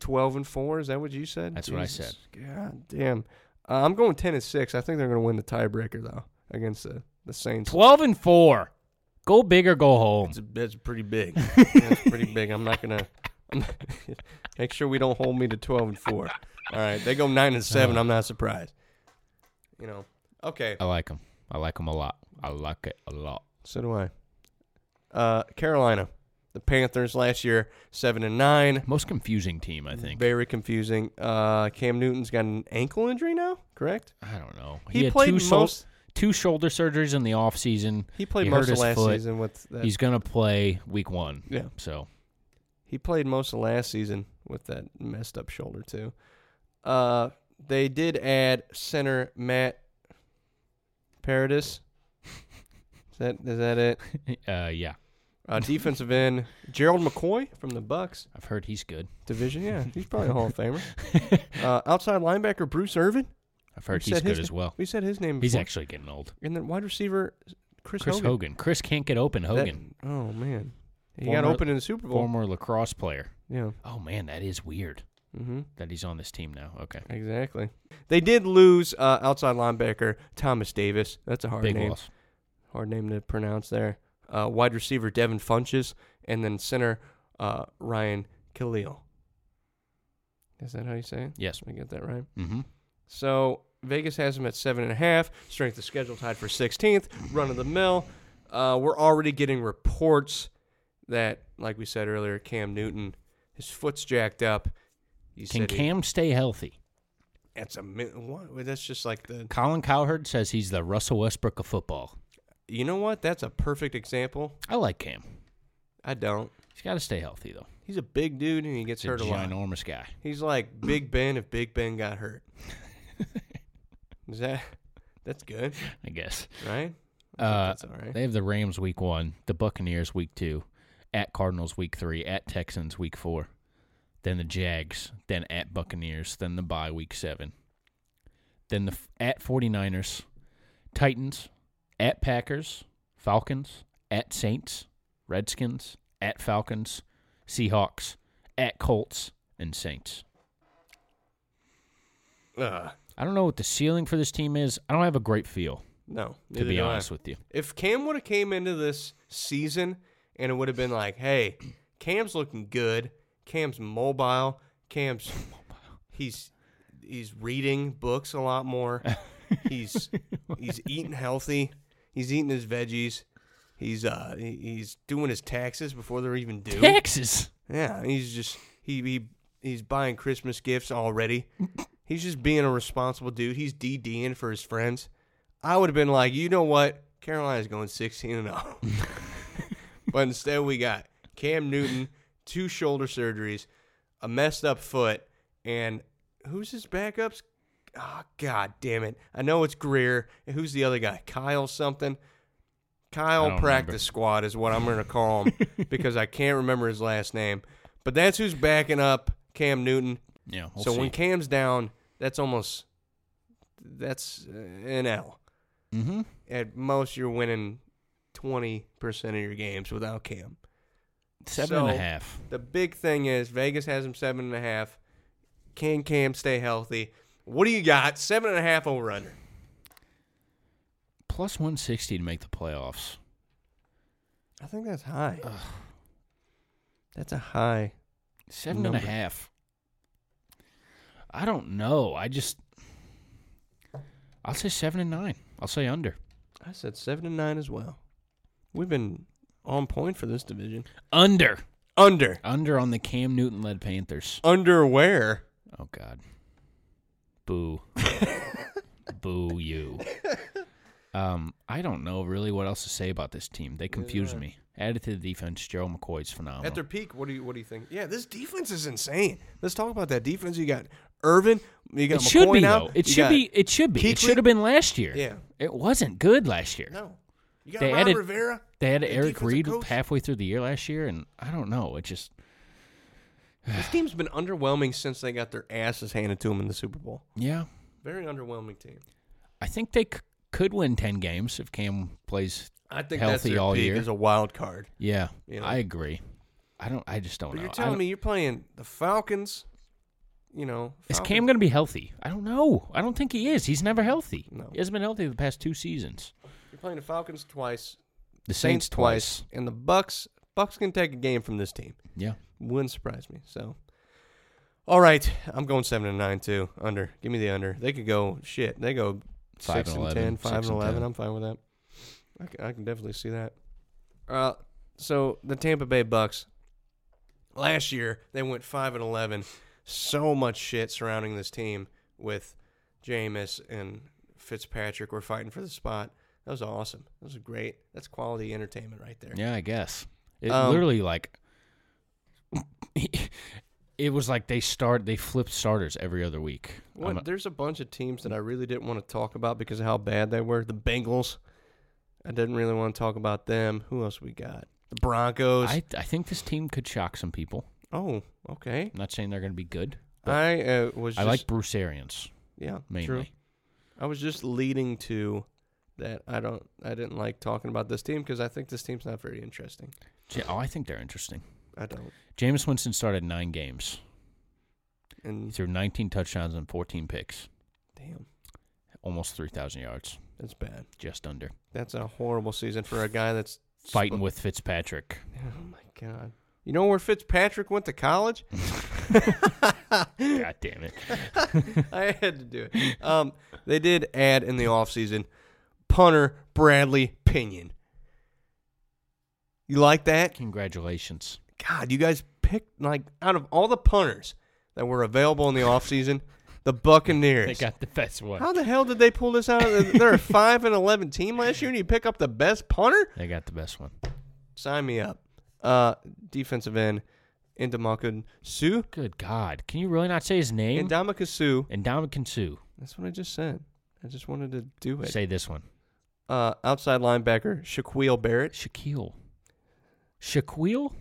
Speaker 1: 12 and 4. Is that what you said?
Speaker 2: That's what I
Speaker 1: Jesus. God damn. Uh, I'm going 10 and 6. I think they're going to win the tiebreaker, though, against the, the Saints.
Speaker 2: Twelve and four. Go big or go home.
Speaker 1: That's, that's pretty big. that's pretty big. I'm not going to. Make sure we don't hold me to 12 and 4. All right. They go 9 and
Speaker 2: Uh.
Speaker 1: 7. I'm not surprised. You know. Okay.
Speaker 2: I like them. I like them a lot. I like it a lot.
Speaker 1: So do I. Uh, Carolina. The Panthers last year, 7 and 9.
Speaker 2: Most confusing team, I think.
Speaker 1: Very confusing. Uh, Cam Newton's got an ankle injury now, correct?
Speaker 2: I don't know.
Speaker 1: He played
Speaker 2: two, shou-
Speaker 1: most-
Speaker 2: two shoulder surgeries in the offseason.
Speaker 1: He played
Speaker 2: hurt
Speaker 1: most of
Speaker 2: his
Speaker 1: last
Speaker 2: foot.
Speaker 1: season with that.
Speaker 2: He's going to play week one.
Speaker 1: Yeah.
Speaker 2: So
Speaker 1: He played most of last season with that messed up shoulder too. Uh, they did add center Matt Paradis. Is that is that it?
Speaker 2: uh, yeah,
Speaker 1: Uh, defensive end Gerald McCoy from the Bucks
Speaker 2: I've heard he's good.
Speaker 1: division. Yeah, he's probably a Hall of Famer. Uh, outside linebacker Bruce Irvin.
Speaker 2: I've heard
Speaker 1: We
Speaker 2: he's
Speaker 1: said his
Speaker 2: good as
Speaker 1: na-
Speaker 2: well.
Speaker 1: We said his name.
Speaker 2: He's
Speaker 1: before.
Speaker 2: actually getting old.
Speaker 1: and then wide receiver Chris,
Speaker 2: Chris Hogan. Chris can't get open.
Speaker 1: That-
Speaker 2: Hogan.
Speaker 1: oh man, he got
Speaker 2: Former-
Speaker 1: open in the Super Bowl.
Speaker 2: Former lacrosse player.
Speaker 1: Yeah.
Speaker 2: Oh, man, that is weird
Speaker 1: Mm-hmm.
Speaker 2: that he's on this team now. Okay.
Speaker 1: Exactly. They did lose uh, outside linebacker Thomas Davis. That's a hard
Speaker 2: Big
Speaker 1: name.
Speaker 2: loss.
Speaker 1: Hard name to pronounce there. Uh, wide receiver Devin Funches, and then center uh, Ryan Khalil. Is that how you say it?
Speaker 2: Yes.
Speaker 1: I get that right.
Speaker 2: Mm-hmm.
Speaker 1: So Vegas has them at seven and a half. Strength of schedule tied for 16th. Run of the mill. Uh, we're already getting reports that, like we said earlier, Cam Newton, his foot's jacked up. You
Speaker 2: Can
Speaker 1: said he-
Speaker 2: Cam stay healthy?
Speaker 1: That's a min- what? Wait, That's just like the.
Speaker 2: Colin Cowherd says he's the Russell Westbrook of football.
Speaker 1: You know what? That's a perfect example.
Speaker 2: I like Cam.
Speaker 1: I don't.
Speaker 2: He's got to stay healthy, though.
Speaker 1: He's a big dude and he gets
Speaker 2: He's a
Speaker 1: hurt a lot.
Speaker 2: ginormous guy.
Speaker 1: He's like Big Ben if Big Ben got hurt. Is that? That's good,
Speaker 2: I guess.
Speaker 1: right? I think
Speaker 2: Uh,
Speaker 1: that's all right.
Speaker 2: They have the Rams week one, the Buccaneers week two, at Cardinals week three, at Texans week four, then the Jags, then at Buccaneers, then the bye week seven, then the f- at 49ers, Titans, at Packers, Falcons, at Saints, Redskins, at Falcons, Seahawks, at Colts, and Saints.
Speaker 1: Uh,
Speaker 2: I don't know what the ceiling for this team is. I don't have a great feel.
Speaker 1: No,
Speaker 2: to
Speaker 1: neither
Speaker 2: be
Speaker 1: do I.
Speaker 2: honest with you.
Speaker 1: If Cam would have came into this season and it would have been like, hey, Cam's looking good. Cam's mobile. Cam's he's he's reading books a lot more. He's he's eating healthy. He's eating his veggies. He's uh he- he's doing his taxes before they're even due.
Speaker 2: Taxes?
Speaker 1: Yeah, he's just he he he's buying Christmas gifts already. he's just being a responsible dude. He's DDing for his friends. I would have been like, you know what, Carolina's going sixteen and zero. but instead, we got Cam Newton, two shoulder surgeries, a messed up foot, and who's his backups? Oh, God damn it! I know it's Greer. And Who's the other guy? Kyle something.
Speaker 2: I
Speaker 1: Kyle
Speaker 2: don't
Speaker 1: practice squad is what I'm going to call him because I can't remember his last name. But that's who's backing up Cam Newton.
Speaker 2: Yeah, we'll
Speaker 1: so when
Speaker 2: see.
Speaker 1: Cam's down, that's almost that's uh, an L.
Speaker 2: Mm-hmm.
Speaker 1: At most, you're winning twenty percent of your games without Cam.
Speaker 2: Seven and a
Speaker 1: So,
Speaker 2: half.
Speaker 1: The big thing is Vegas has him seven and a half. Can Cam stay healthy? What do you got? Seven and a half over under.
Speaker 2: Plus 160 to make the playoffs.
Speaker 1: I think that's high. That's a high.
Speaker 2: Seven and a half.
Speaker 1: number.
Speaker 2: I don't know. I just. I'll say seven and nine. I'll say under.
Speaker 1: I said seven and nine as well. We've been on point for this division.
Speaker 2: Under.
Speaker 1: Under.
Speaker 2: Under on the Cam Newton led Panthers.
Speaker 1: Under where?
Speaker 2: Oh, God. Boo. Boo you. Um, I don't know really what else to say about this team. They confuse
Speaker 1: I.
Speaker 2: me. Added to the defense, Joe McCoy's phenomenal.
Speaker 1: At their peak, what do you what do you think? Yeah, this defense is insane. Let's talk about that defense. You got Irvin. You got
Speaker 2: it should
Speaker 1: McCoy
Speaker 2: be
Speaker 1: now.
Speaker 2: though. It
Speaker 1: You
Speaker 2: should
Speaker 1: got
Speaker 2: be. It should be. It
Speaker 1: Kuechly.
Speaker 2: should have been last year.
Speaker 1: Yeah.
Speaker 2: It wasn't good last year.
Speaker 1: No. You got Ron Rivera,
Speaker 2: They had
Speaker 1: the
Speaker 2: Eric
Speaker 1: defensive
Speaker 2: Reed
Speaker 1: coach.
Speaker 2: halfway through the year last year, and I don't know. It just
Speaker 1: This team's been underwhelming since they got their asses handed to them in the Super Bowl.
Speaker 2: yeah.
Speaker 1: Very underwhelming team.
Speaker 2: I think they c- could win ten games if Cam plays
Speaker 1: I think that's
Speaker 2: healthy
Speaker 1: their
Speaker 2: all
Speaker 1: peak
Speaker 2: year.
Speaker 1: is a wild card.
Speaker 2: Yeah,
Speaker 1: You know?
Speaker 2: I agree. I don't. I just don't
Speaker 1: But
Speaker 2: know.
Speaker 1: you're
Speaker 2: Oh, I
Speaker 1: telling
Speaker 2: don't-
Speaker 1: me you're playing the Falcons. You know,
Speaker 2: is
Speaker 1: Falcons-
Speaker 2: Cam going to be healthy? I don't know. I don't think he is. He's never healthy.
Speaker 1: No.
Speaker 2: He hasn't been healthy the past two seasons.
Speaker 1: You're playing the Falcons twice,
Speaker 2: The Saints twice.
Speaker 1: and the Bucks. Bucks can take a game from this team.
Speaker 2: Yeah.
Speaker 1: Wouldn't surprise me. So, all right, I'm going seven and nine too. Under, give me the under. They could go shit. They go
Speaker 2: Five
Speaker 1: six
Speaker 2: and
Speaker 1: and,
Speaker 2: 11,
Speaker 1: ten, five
Speaker 2: six
Speaker 1: and
Speaker 2: and
Speaker 1: eleven.
Speaker 2: 10.
Speaker 1: I'm fine with that. I can, I can definitely see that. Uh, so the Tampa Bay Bucks. Last year they went five and eleven. So much shit surrounding this team with Jameis and Fitzpatrick were fighting for the spot. That was awesome. That was great. That's quality entertainment right there.
Speaker 2: Yeah, I guess. It
Speaker 1: Um,
Speaker 2: literally like it was like they start they flipped starters every other week.
Speaker 1: What,
Speaker 2: I'm a-
Speaker 1: there's a bunch of teams that I really didn't want to talk about because of how bad they were. The Bengals, I didn't really want to talk about them. Who else we got? The Broncos.
Speaker 2: I I think this team could shock some people.
Speaker 1: oh, okay.
Speaker 2: I'm not saying they're going to be good. but
Speaker 1: I uh, was. Just,
Speaker 2: I like Bruce Arians.
Speaker 1: Yeah,
Speaker 2: mainly.
Speaker 1: True. I was just leading to that. I don't. I didn't like talking about this team because I think this team's not very interesting.
Speaker 2: Ja- Oh, I think they're interesting.
Speaker 1: I don't.
Speaker 2: Jameis Winston started 9 games. He
Speaker 1: And
Speaker 2: threw 19 touchdowns and 14 picks,
Speaker 1: damn,
Speaker 2: almost 3000 yards,
Speaker 1: that's bad.
Speaker 2: just under.
Speaker 1: That's a horrible season for a guy that's
Speaker 2: Fighting with Fitzpatrick.
Speaker 1: Oh my god. You know where Fitzpatrick went to college?
Speaker 2: God damn it.
Speaker 1: I had to do it. Um, they did add in the offseason punter Bradley Pinion. You like that?
Speaker 2: Congratulations.
Speaker 1: God, you guys picked, like, out of all the punters that were available in the offseason, the Buccaneers.
Speaker 2: They got the best one.
Speaker 1: How the hell did they pull this out? of the- They're a 5 and 11 team last year, and you pick up the best punter?
Speaker 2: They got the best one.
Speaker 1: Sign me up. Uh, defensive end, Indomaka Sue.
Speaker 2: Good God. Can you really not say his name?
Speaker 1: Indomaka Sue.
Speaker 2: And Dominican Sue.
Speaker 1: That's what I just said. I just wanted to do it.
Speaker 2: Say this one.
Speaker 1: uh, outside linebacker Shaquille Barrett.
Speaker 2: Shaquille. Shaquille?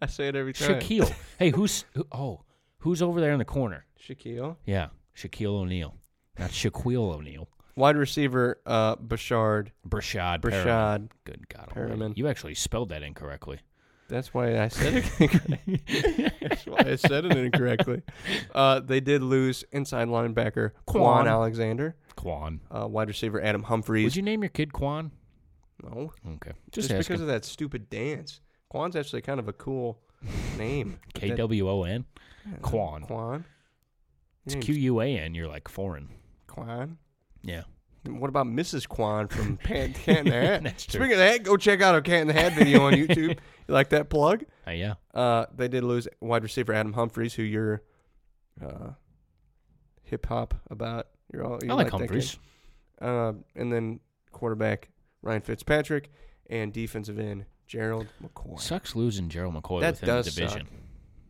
Speaker 1: I say it every time.
Speaker 2: Shaquille. hey, who's who, oh, who's over there in the corner?
Speaker 1: Shaquille.
Speaker 2: Yeah. Shaquille O'Neal. Not Shaquille O'Neal.
Speaker 1: Wide receiver uh, Bashard.
Speaker 2: Brashad.
Speaker 1: Brashad
Speaker 2: Perriman. Good God.
Speaker 1: Perriman.
Speaker 2: Almighty. You actually spelled that incorrectly.
Speaker 1: That's why I said it. incorrectly. That's why I said it incorrectly. Uh, they did lose inside linebacker Quan
Speaker 2: Quan.
Speaker 1: Alexander,
Speaker 2: Quan.
Speaker 1: uh, wide receiver Adam Humphreys.
Speaker 2: Would you name your kid Quan?
Speaker 1: No.
Speaker 2: Okay. Just
Speaker 1: Just, because
Speaker 2: asking.
Speaker 1: of that stupid dance. Quan's actually kind of a cool name.
Speaker 2: K W O N. Quan.
Speaker 1: Quan.
Speaker 2: It's
Speaker 1: Yeah,
Speaker 2: Q U A N. You're like foreign.
Speaker 1: Quan.
Speaker 2: Yeah.
Speaker 1: What about Mrs. Quan from Pan- Cat in the Hat?
Speaker 2: That's true.
Speaker 1: Speaking of that, go check out our Cat in the Hat video on YouTube. You like that plug?
Speaker 2: Uh, yeah.
Speaker 1: Uh, they did lose wide receiver Adam Humphreys, who you're uh, hip hop about. You're all you
Speaker 2: I like
Speaker 1: that kid.
Speaker 2: Humphreys.
Speaker 1: Uh, and then quarterback Ryan Fitzpatrick and defensive end Gerald McCoy.
Speaker 2: Sucks losing Gerald McCoy
Speaker 1: That
Speaker 2: within
Speaker 1: does
Speaker 2: the division.
Speaker 1: suck.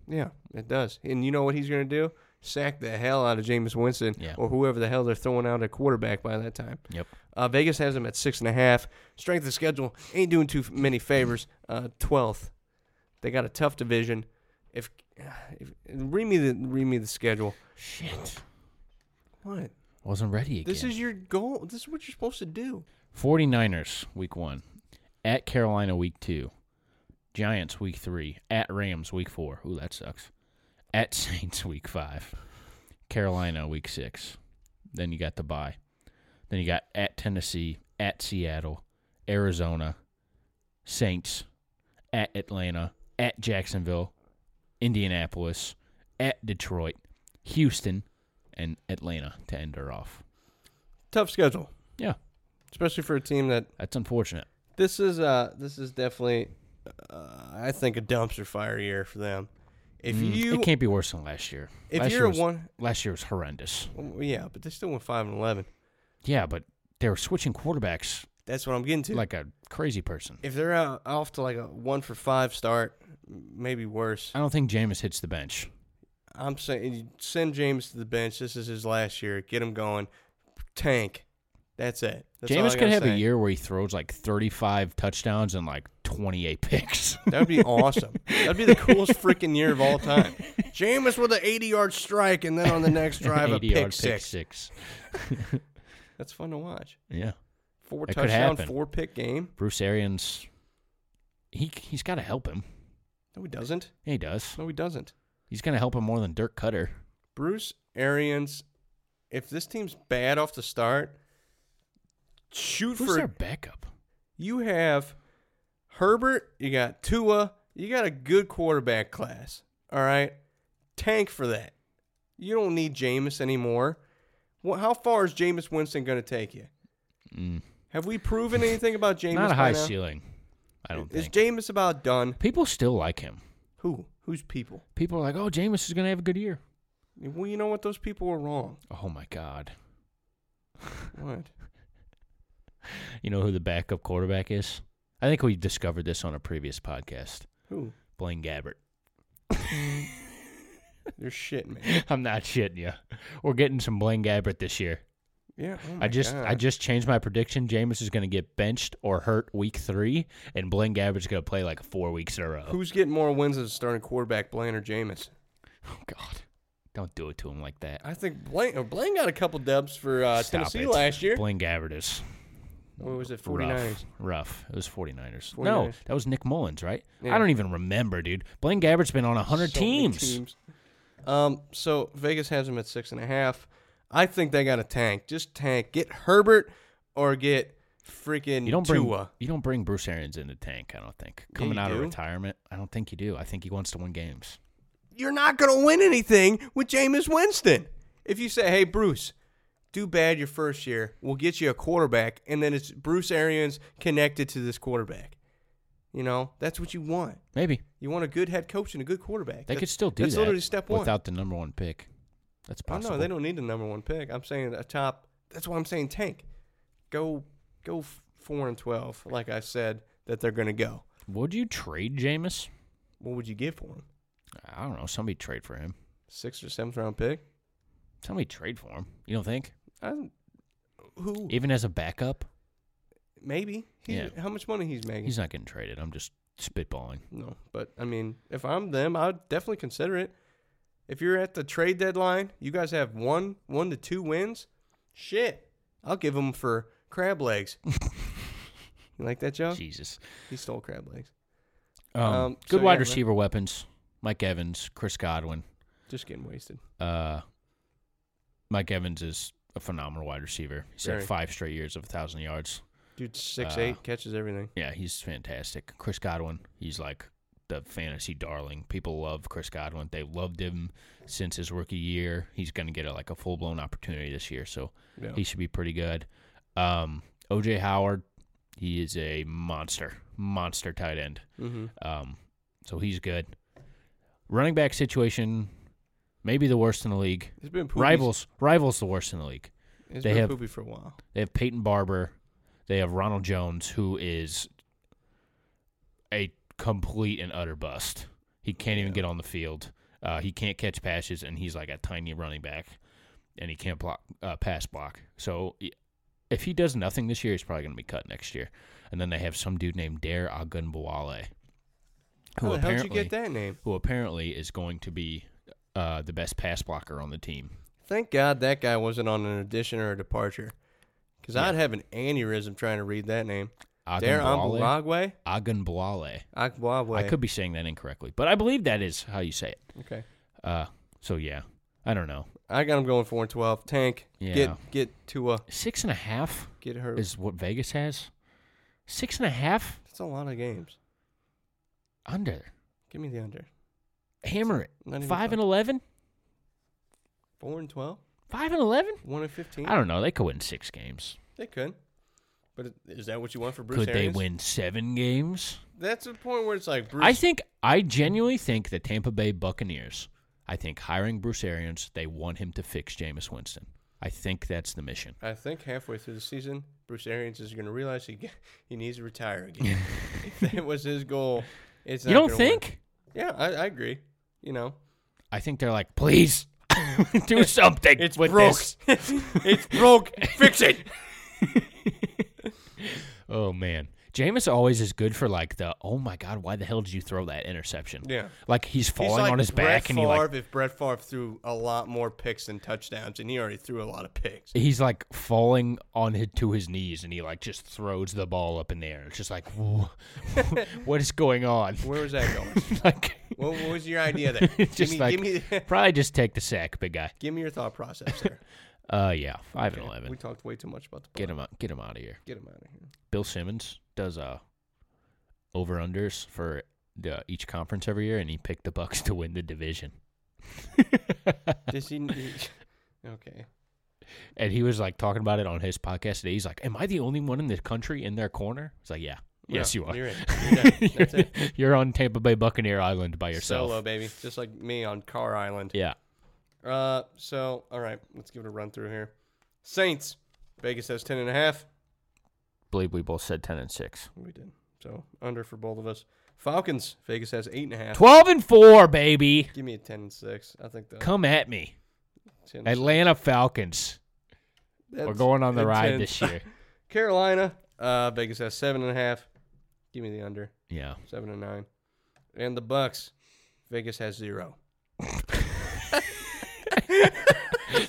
Speaker 1: Yeah, it does. And you know what he's going to do? Sack the hell out of Jameis Winston
Speaker 2: Yeah.
Speaker 1: or whoever the hell they're throwing out at quarterback by that time.
Speaker 2: Yep.
Speaker 1: Uh, Vegas has him at six and a half. Strength of schedule ain't doing too many favors. Uh, Twelfth, they got a tough division. If, if read me the read me the schedule.
Speaker 2: Shit.
Speaker 1: What?
Speaker 2: Wasn't ready again.
Speaker 1: This is your goal. This is what you're supposed to do.
Speaker 2: 49ers week 1. At Carolina week 2. Giants week 3. At Rams week 4. Ooh, that sucks. At Saints week 5. Carolina week 6. Then you got the bye. Then you got at Tennessee, at Seattle, Arizona, Saints, at Atlanta, at Jacksonville, Indianapolis, at Detroit, Houston, and Atlanta to end her off.
Speaker 1: Tough schedule,
Speaker 2: Yeah,
Speaker 1: especially for a team that
Speaker 2: that's unfortunate.
Speaker 1: this is uh this is definitely uh, I think a dumpster fire year for them. If
Speaker 2: Mm,
Speaker 1: you
Speaker 2: it can't be worse than last year.
Speaker 1: If
Speaker 2: last
Speaker 1: you're
Speaker 2: year
Speaker 1: a
Speaker 2: was,
Speaker 1: one-
Speaker 2: last year was horrendous.
Speaker 1: Well, yeah, but they still went five and eleven.
Speaker 2: Yeah, but they were switching quarterbacks
Speaker 1: That's what I'm getting to.
Speaker 2: like a crazy person.
Speaker 1: if they're out, off to like a one for five start, maybe worse.
Speaker 2: I don't think Jameis hits the bench.
Speaker 1: I'm saying you send James to the bench. This is his last year. Get him going. Tank. That's it. That's all I
Speaker 2: Jameis could
Speaker 1: gotta
Speaker 2: have a
Speaker 1: say.
Speaker 2: year where he throws like 35 touchdowns and like 28 picks.
Speaker 1: That would be awesome. That'd be the coolest freaking year of all time. Jameis with an 80 yard strike, and then on the next drive, a
Speaker 2: 80
Speaker 1: pick,
Speaker 2: yard pick
Speaker 1: six.
Speaker 2: six.
Speaker 1: That's fun to watch.
Speaker 2: Yeah.
Speaker 1: Four
Speaker 2: That could
Speaker 1: touchdown,
Speaker 2: happen.
Speaker 1: four pick game.
Speaker 2: Bruce Arians, he, he's got to help him.
Speaker 1: No, he doesn't.
Speaker 2: Yeah, he does.
Speaker 1: No, he doesn't.
Speaker 2: He's going to help him more than Dirk Cutter.
Speaker 1: Bruce Arians, if this team's bad off the start, shoot
Speaker 2: Who's
Speaker 1: for
Speaker 2: their backup?
Speaker 1: you have Herbert, you got Tua, you got a good quarterback class. All right, tank for that. You don't need Jameis anymore. Well, how far is Jameis Winston going to take you?
Speaker 2: Mm,
Speaker 1: Have we proven anything about Jameis?
Speaker 2: not a
Speaker 1: by
Speaker 2: high
Speaker 1: now?
Speaker 2: ceiling. I don't
Speaker 1: Is
Speaker 2: think.
Speaker 1: Jameis about done?
Speaker 2: People still like him.
Speaker 1: Who? Who's people?
Speaker 2: People are like, "Oh, Jameis is going to have a good year."
Speaker 1: Well, you know what? Those people were wrong.
Speaker 2: Oh my god!
Speaker 1: What?
Speaker 2: You know who the backup quarterback is? I think we discovered this on a previous podcast.
Speaker 1: Who?
Speaker 2: Blaine Gabbert.
Speaker 1: You're shitting me.
Speaker 2: I'm not shitting you. We're getting some Blaine Gabbert this year.
Speaker 1: Yeah. oh my
Speaker 2: I just I
Speaker 1: God.
Speaker 2: just changed my prediction. Jameis is going to get benched or hurt week three, and Blaine Gabbert's going to play like four weeks in a row.
Speaker 1: Who's getting more wins as a starting quarterback, Blaine or Jameis?
Speaker 2: Oh God! Don't do it to him like that.
Speaker 1: I think Blaine. Or Blaine got a couple dubs for uh,
Speaker 2: Stop
Speaker 1: Tennessee
Speaker 2: it.
Speaker 1: last year.
Speaker 2: Blaine Gabbert is
Speaker 1: What was it?
Speaker 2: Rough.
Speaker 1: 49ers.
Speaker 2: Rough. It was 49ers. No,
Speaker 1: 49ers.
Speaker 2: that was Nick Mullins, right?
Speaker 1: Yeah.
Speaker 2: I don't even remember, dude. Blaine Gabbert's been on 100
Speaker 1: So many
Speaker 2: teams.
Speaker 1: Um. So Vegas has them at six and a half. I think they got to tank. Just tank. Get Herbert or get freaking
Speaker 2: You don't bring
Speaker 1: Tua.
Speaker 2: you don't bring Bruce Arians in the tank, I don't think.
Speaker 1: Yeah,
Speaker 2: Coming
Speaker 1: you
Speaker 2: out of
Speaker 1: do.
Speaker 2: retirement, I don't think you do. I think he wants to win games.
Speaker 1: You're not gonna win anything with Jameis Winston. If you say, "Hey, Bruce." Do bad your first year. We'll get you a quarterback, and then it's Bruce Arians connected to this quarterback. You know that's what you want.
Speaker 2: Maybe.
Speaker 1: You want a good head coach and a good quarterback.
Speaker 2: They
Speaker 1: That-
Speaker 2: could still do
Speaker 1: that's
Speaker 2: that
Speaker 1: literally step one.
Speaker 2: without the number 1 pick. That's
Speaker 1: oh
Speaker 2: possible.
Speaker 1: no, they don't need the number one pick. I'm saying a top. That's why I'm saying tank. Go, go f- four and twelve. Like I said, that they're gonna go.
Speaker 2: Would you trade Jameis?
Speaker 1: What would you give for him?
Speaker 2: I don't know. Somebody trade for him.
Speaker 1: Sixth or seventh round pick?
Speaker 2: Somebody trade for him. You don't think?
Speaker 1: I don't, who?
Speaker 2: Even as a backup,
Speaker 1: Maybe. He,
Speaker 2: Yeah.
Speaker 1: How much money he's making?
Speaker 2: he's not getting traded. I'm just spitballing.
Speaker 1: no, but I mean, if I'm them, I'd definitely consider it. If you're at the trade deadline, you guys have one, one to two wins. Shit, I'll give him for crab legs. you like that, Joe?
Speaker 2: Jesus.
Speaker 1: He stole crab legs.
Speaker 2: Um,
Speaker 1: Um,
Speaker 2: good
Speaker 1: so,
Speaker 2: wide
Speaker 1: yeah,
Speaker 2: receiver weapons. Mike Evans, Chris Godwin.
Speaker 1: Just getting wasted.
Speaker 2: Uh, Mike Evans is a phenomenal wide receiver. He's
Speaker 1: Very.
Speaker 2: had five straight years of a thousand yards.
Speaker 1: Dude, six
Speaker 2: Uh,
Speaker 1: eight catches everything.
Speaker 2: Yeah, he's fantastic. Chris Godwin, he's like the fantasy darling. People love Chris Godwin. They loved him since his rookie year. He's going to get a, like a full blown opportunity this year, so
Speaker 1: Yeah.
Speaker 2: he should be pretty good. Um, OJ Howard, he is a monster, monster tight end.
Speaker 1: Mhm.
Speaker 2: Um, so he's good. Running back situation, maybe the worst in the league.
Speaker 1: It's been Poopy's-
Speaker 2: rivals, rivals the worst in the league.
Speaker 1: It's
Speaker 2: they
Speaker 1: been
Speaker 2: have
Speaker 1: Poopy for a while.
Speaker 2: They have Peyton Barber. They have Ronald Jones, who is a complete and utter bust. He can't even get on the field. Uh, he can't catch passes, and he's like a tiny running back, and he can't block uh, pass block. So y- if he does nothing this year, he's probably going to be cut next year. And then they have some dude named Dare Agunbowale,
Speaker 1: How the hell did you get that name?
Speaker 2: Who apparently is going to be uh, the best pass blocker on the team.
Speaker 1: Thank God that guy wasn't on an addition or a departure, because I'd have an aneurysm trying to read that name. Dare Ambulagwe?
Speaker 2: Agunbowale.
Speaker 1: Agbaway.
Speaker 2: I could be saying that incorrectly, but I believe that is how you say it.
Speaker 1: Okay.
Speaker 2: Uh, so yeah, I don't know.
Speaker 1: I got him going four and twelve. Tank.
Speaker 2: Yeah.
Speaker 1: Get get Tua.
Speaker 2: Six and a half
Speaker 1: Get her.
Speaker 2: is what Vegas has. Six and a half
Speaker 1: That's a lot of games.
Speaker 2: under.
Speaker 1: Give me the under.
Speaker 2: Hammer it.
Speaker 1: Not even
Speaker 2: Five
Speaker 1: close.
Speaker 2: and eleven.
Speaker 1: Four and twelve.
Speaker 2: Five and eleven.
Speaker 1: One and fifteen.
Speaker 2: I don't know. They could win six games.
Speaker 1: They could. But it- is that what you want for Bruce?
Speaker 2: could they
Speaker 1: Arians?
Speaker 2: win seven games?
Speaker 1: That's the point where it's like Bruce.
Speaker 2: I think I genuinely think the Tampa Bay Buccaneers. I think hiring Bruce Arians, they want him to fix Jameis Winston. I think that's the mission.
Speaker 1: I think halfway through the season, Bruce Arians is going to realize he he needs to retire again. if that was his goal, it's
Speaker 2: You
Speaker 1: not
Speaker 2: don't
Speaker 1: gonna work.
Speaker 2: think?
Speaker 1: Yeah, I, I agree. You know,
Speaker 2: I think they're like, please do something.
Speaker 1: It's
Speaker 2: with
Speaker 1: broke.
Speaker 2: this."
Speaker 1: It's broke. Fix it.
Speaker 2: oh man, Jameis always is good for like the oh my god, why the hell did you throw that interception?
Speaker 1: Yeah.
Speaker 2: like he's falling
Speaker 1: like
Speaker 2: on his
Speaker 1: Brett
Speaker 2: back and he like
Speaker 1: Favre if Brett Favre threw a lot more picks than touchdowns, and he already threw a lot of picks.
Speaker 2: he's like falling on his, to his knees and he like just throws the ball up in the air. It's just like wh- what is going on?
Speaker 1: Where was that going?
Speaker 2: like,
Speaker 1: What- what was your idea there? Give
Speaker 2: just
Speaker 1: me-
Speaker 2: like
Speaker 1: give me-
Speaker 2: probably just take the sack, big guy.
Speaker 1: Give me your thought process there.
Speaker 2: Uh, yeah, five
Speaker 1: Okay,
Speaker 2: and eleven.
Speaker 1: We talked way too much about the
Speaker 2: Get him out. Get him out of here.
Speaker 1: Get him out of here.
Speaker 2: Bill Simmons does uh over unders for the, each conference every year, and he picked the Bucks to win the division.
Speaker 1: Does he? need- okay.
Speaker 2: And he was like talking about it on his podcast today. He's like, "Am I the only one in the country in their corner?" It's like, "Yeah, yes,
Speaker 1: Yeah,
Speaker 2: you are.
Speaker 1: you're it. You're done. That's it.
Speaker 2: You're on Tampa Bay Buccaneer Island by yourself."
Speaker 1: Solo baby, just like me on Car Island.
Speaker 2: Yeah,
Speaker 1: Uh, so all right, let's give it a run through here. Saints, Vegas has ten and a half.
Speaker 2: believe we both said ten and six.
Speaker 1: We did so under for both of us. Falcons, Vegas has eight and a half.
Speaker 2: Twelve and four, baby.
Speaker 1: Give me a ten and six. I think the
Speaker 2: Come at me,
Speaker 1: 10 and
Speaker 2: Atlanta Falcons.
Speaker 1: That's
Speaker 2: We're going on the ride
Speaker 1: intense.
Speaker 2: this year.
Speaker 1: Carolina, uh, Vegas has seven and a half. Give me the under
Speaker 2: yeah,
Speaker 1: seven and nine, and the Bucks, Vegas has zero.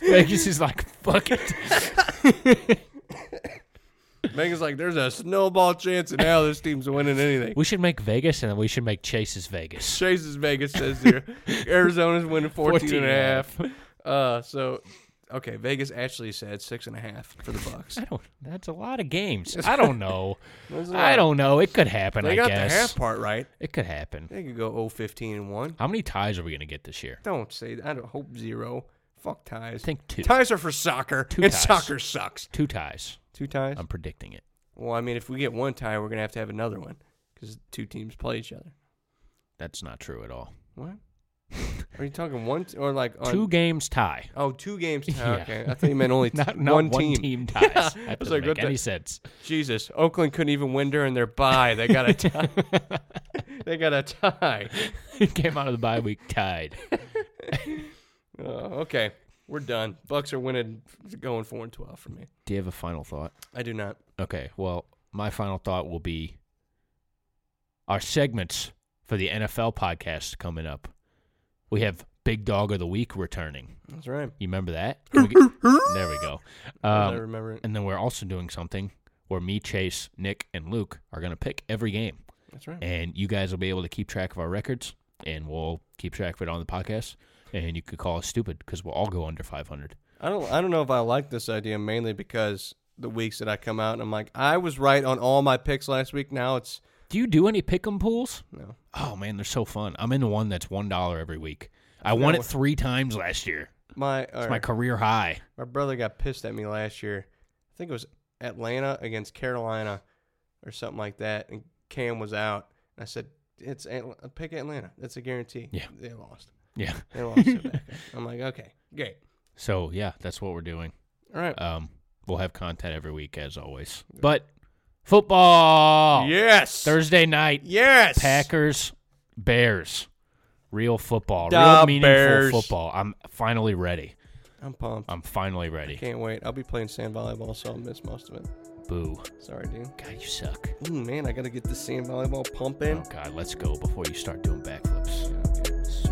Speaker 2: Vegas is like, "Fuck it."
Speaker 1: Vegas like there's a snowball chance, and now this team's winning anything.
Speaker 2: We should make Vegas, and then we should make Chase's Vegas.
Speaker 1: Chase's Vegas says zero. Arizona's winning 14,
Speaker 2: 14
Speaker 1: and a
Speaker 2: and a
Speaker 1: half. Uh, so, okay, Vegas actually said six and a half for the Bucks.
Speaker 2: I don't. That's a lot of games. I don't know.
Speaker 1: That's a lot.
Speaker 2: I don't know. It could happen.
Speaker 1: They
Speaker 2: I
Speaker 1: got
Speaker 2: guess
Speaker 1: the half part right.
Speaker 2: It could happen.
Speaker 1: They could go 0 15 and 1.
Speaker 2: How many ties are we gonna get this year?
Speaker 1: Don't say that. I don't hope zero. Fuck ties.
Speaker 2: I think two.
Speaker 1: Ties are for soccer.
Speaker 2: Two
Speaker 1: and
Speaker 2: ties. Um,
Speaker 1: soccer sucks.
Speaker 2: Two ties.
Speaker 1: Two ties?
Speaker 2: I'm predicting it.
Speaker 1: well, I mean, if we get one tie, we're going to have to have another one because two teams play each other.
Speaker 2: That's not true at all.
Speaker 1: What? Are you talking one t- or like on,
Speaker 2: Two games tie.
Speaker 1: Oh, two games. tie.
Speaker 2: Yeah.
Speaker 1: Okay, I thought you meant only t-
Speaker 2: Not- not
Speaker 1: one,
Speaker 2: one
Speaker 1: team.
Speaker 2: team ties.
Speaker 1: Yeah.
Speaker 2: That
Speaker 1: I was
Speaker 2: doesn't
Speaker 1: like,
Speaker 2: make
Speaker 1: what the-
Speaker 2: any sense.
Speaker 1: Jesus, Oakland couldn't even win during their bye. They got a tie. they got a tie.
Speaker 2: Came out of the bye week tied.
Speaker 1: Oh, okay, we're done. Bucks are winning, going four and twelve for me.
Speaker 2: Do you have a final thought?
Speaker 1: I do not.
Speaker 2: Okay. Well, my final thought will be our segments for the NFL podcast coming up. We have Big Dog of the Week returning.
Speaker 1: That's right.
Speaker 2: You remember that? Can we get- there we go.
Speaker 1: I
Speaker 2: Um,
Speaker 1: remember it.
Speaker 2: And then we're also doing something where me, Chase, Nick, and Luke are going to pick every game.
Speaker 1: That's right.
Speaker 2: And you guys will be able to keep track of our records, and we'll keep track of it on the podcast. And you could call us stupid because we'll all go under 500.
Speaker 1: I don't I don't know if I like this idea mainly because the weeks that I come out and I'm like, I was right on all my picks last week. Now it's
Speaker 2: Do you do any pick 'em pools?
Speaker 1: No.
Speaker 2: Oh man, they're so fun. I'm in the one that's one dollar every week. I
Speaker 1: Yeah,
Speaker 2: won
Speaker 1: wha-
Speaker 2: it three times last year.
Speaker 1: my
Speaker 2: It's
Speaker 1: or-
Speaker 2: my career high.
Speaker 1: My brother got pissed at me last year. I think it was Atlanta against Carolina or something like that, and Cam was out. And I said, "It's Atl- pick Atlanta. That's a guarantee."
Speaker 2: Yeah.
Speaker 1: they lost.
Speaker 2: Yeah.
Speaker 1: they lost. so bad. I'm like, okay, great.
Speaker 2: So yeah, that's what we're doing.
Speaker 1: All right.
Speaker 2: Um, we'll have content every week as always. But football.
Speaker 1: Yes.
Speaker 2: Thursday night.
Speaker 1: Yes.
Speaker 2: Packers, Bears. Real football.
Speaker 1: Da
Speaker 2: real meaningful
Speaker 1: Bears.
Speaker 2: football. I'm finally ready.
Speaker 1: I'm pumped.
Speaker 2: I'm finally ready.
Speaker 1: Can't wait. I'll be playing sand volleyball, so I'll miss most of it.
Speaker 2: Boo.
Speaker 1: Sorry, dude.
Speaker 2: God, you suck.
Speaker 1: Ooh, man, I gotta get the sand volleyball pumping.
Speaker 2: Oh God, let's go before you start doing backflips.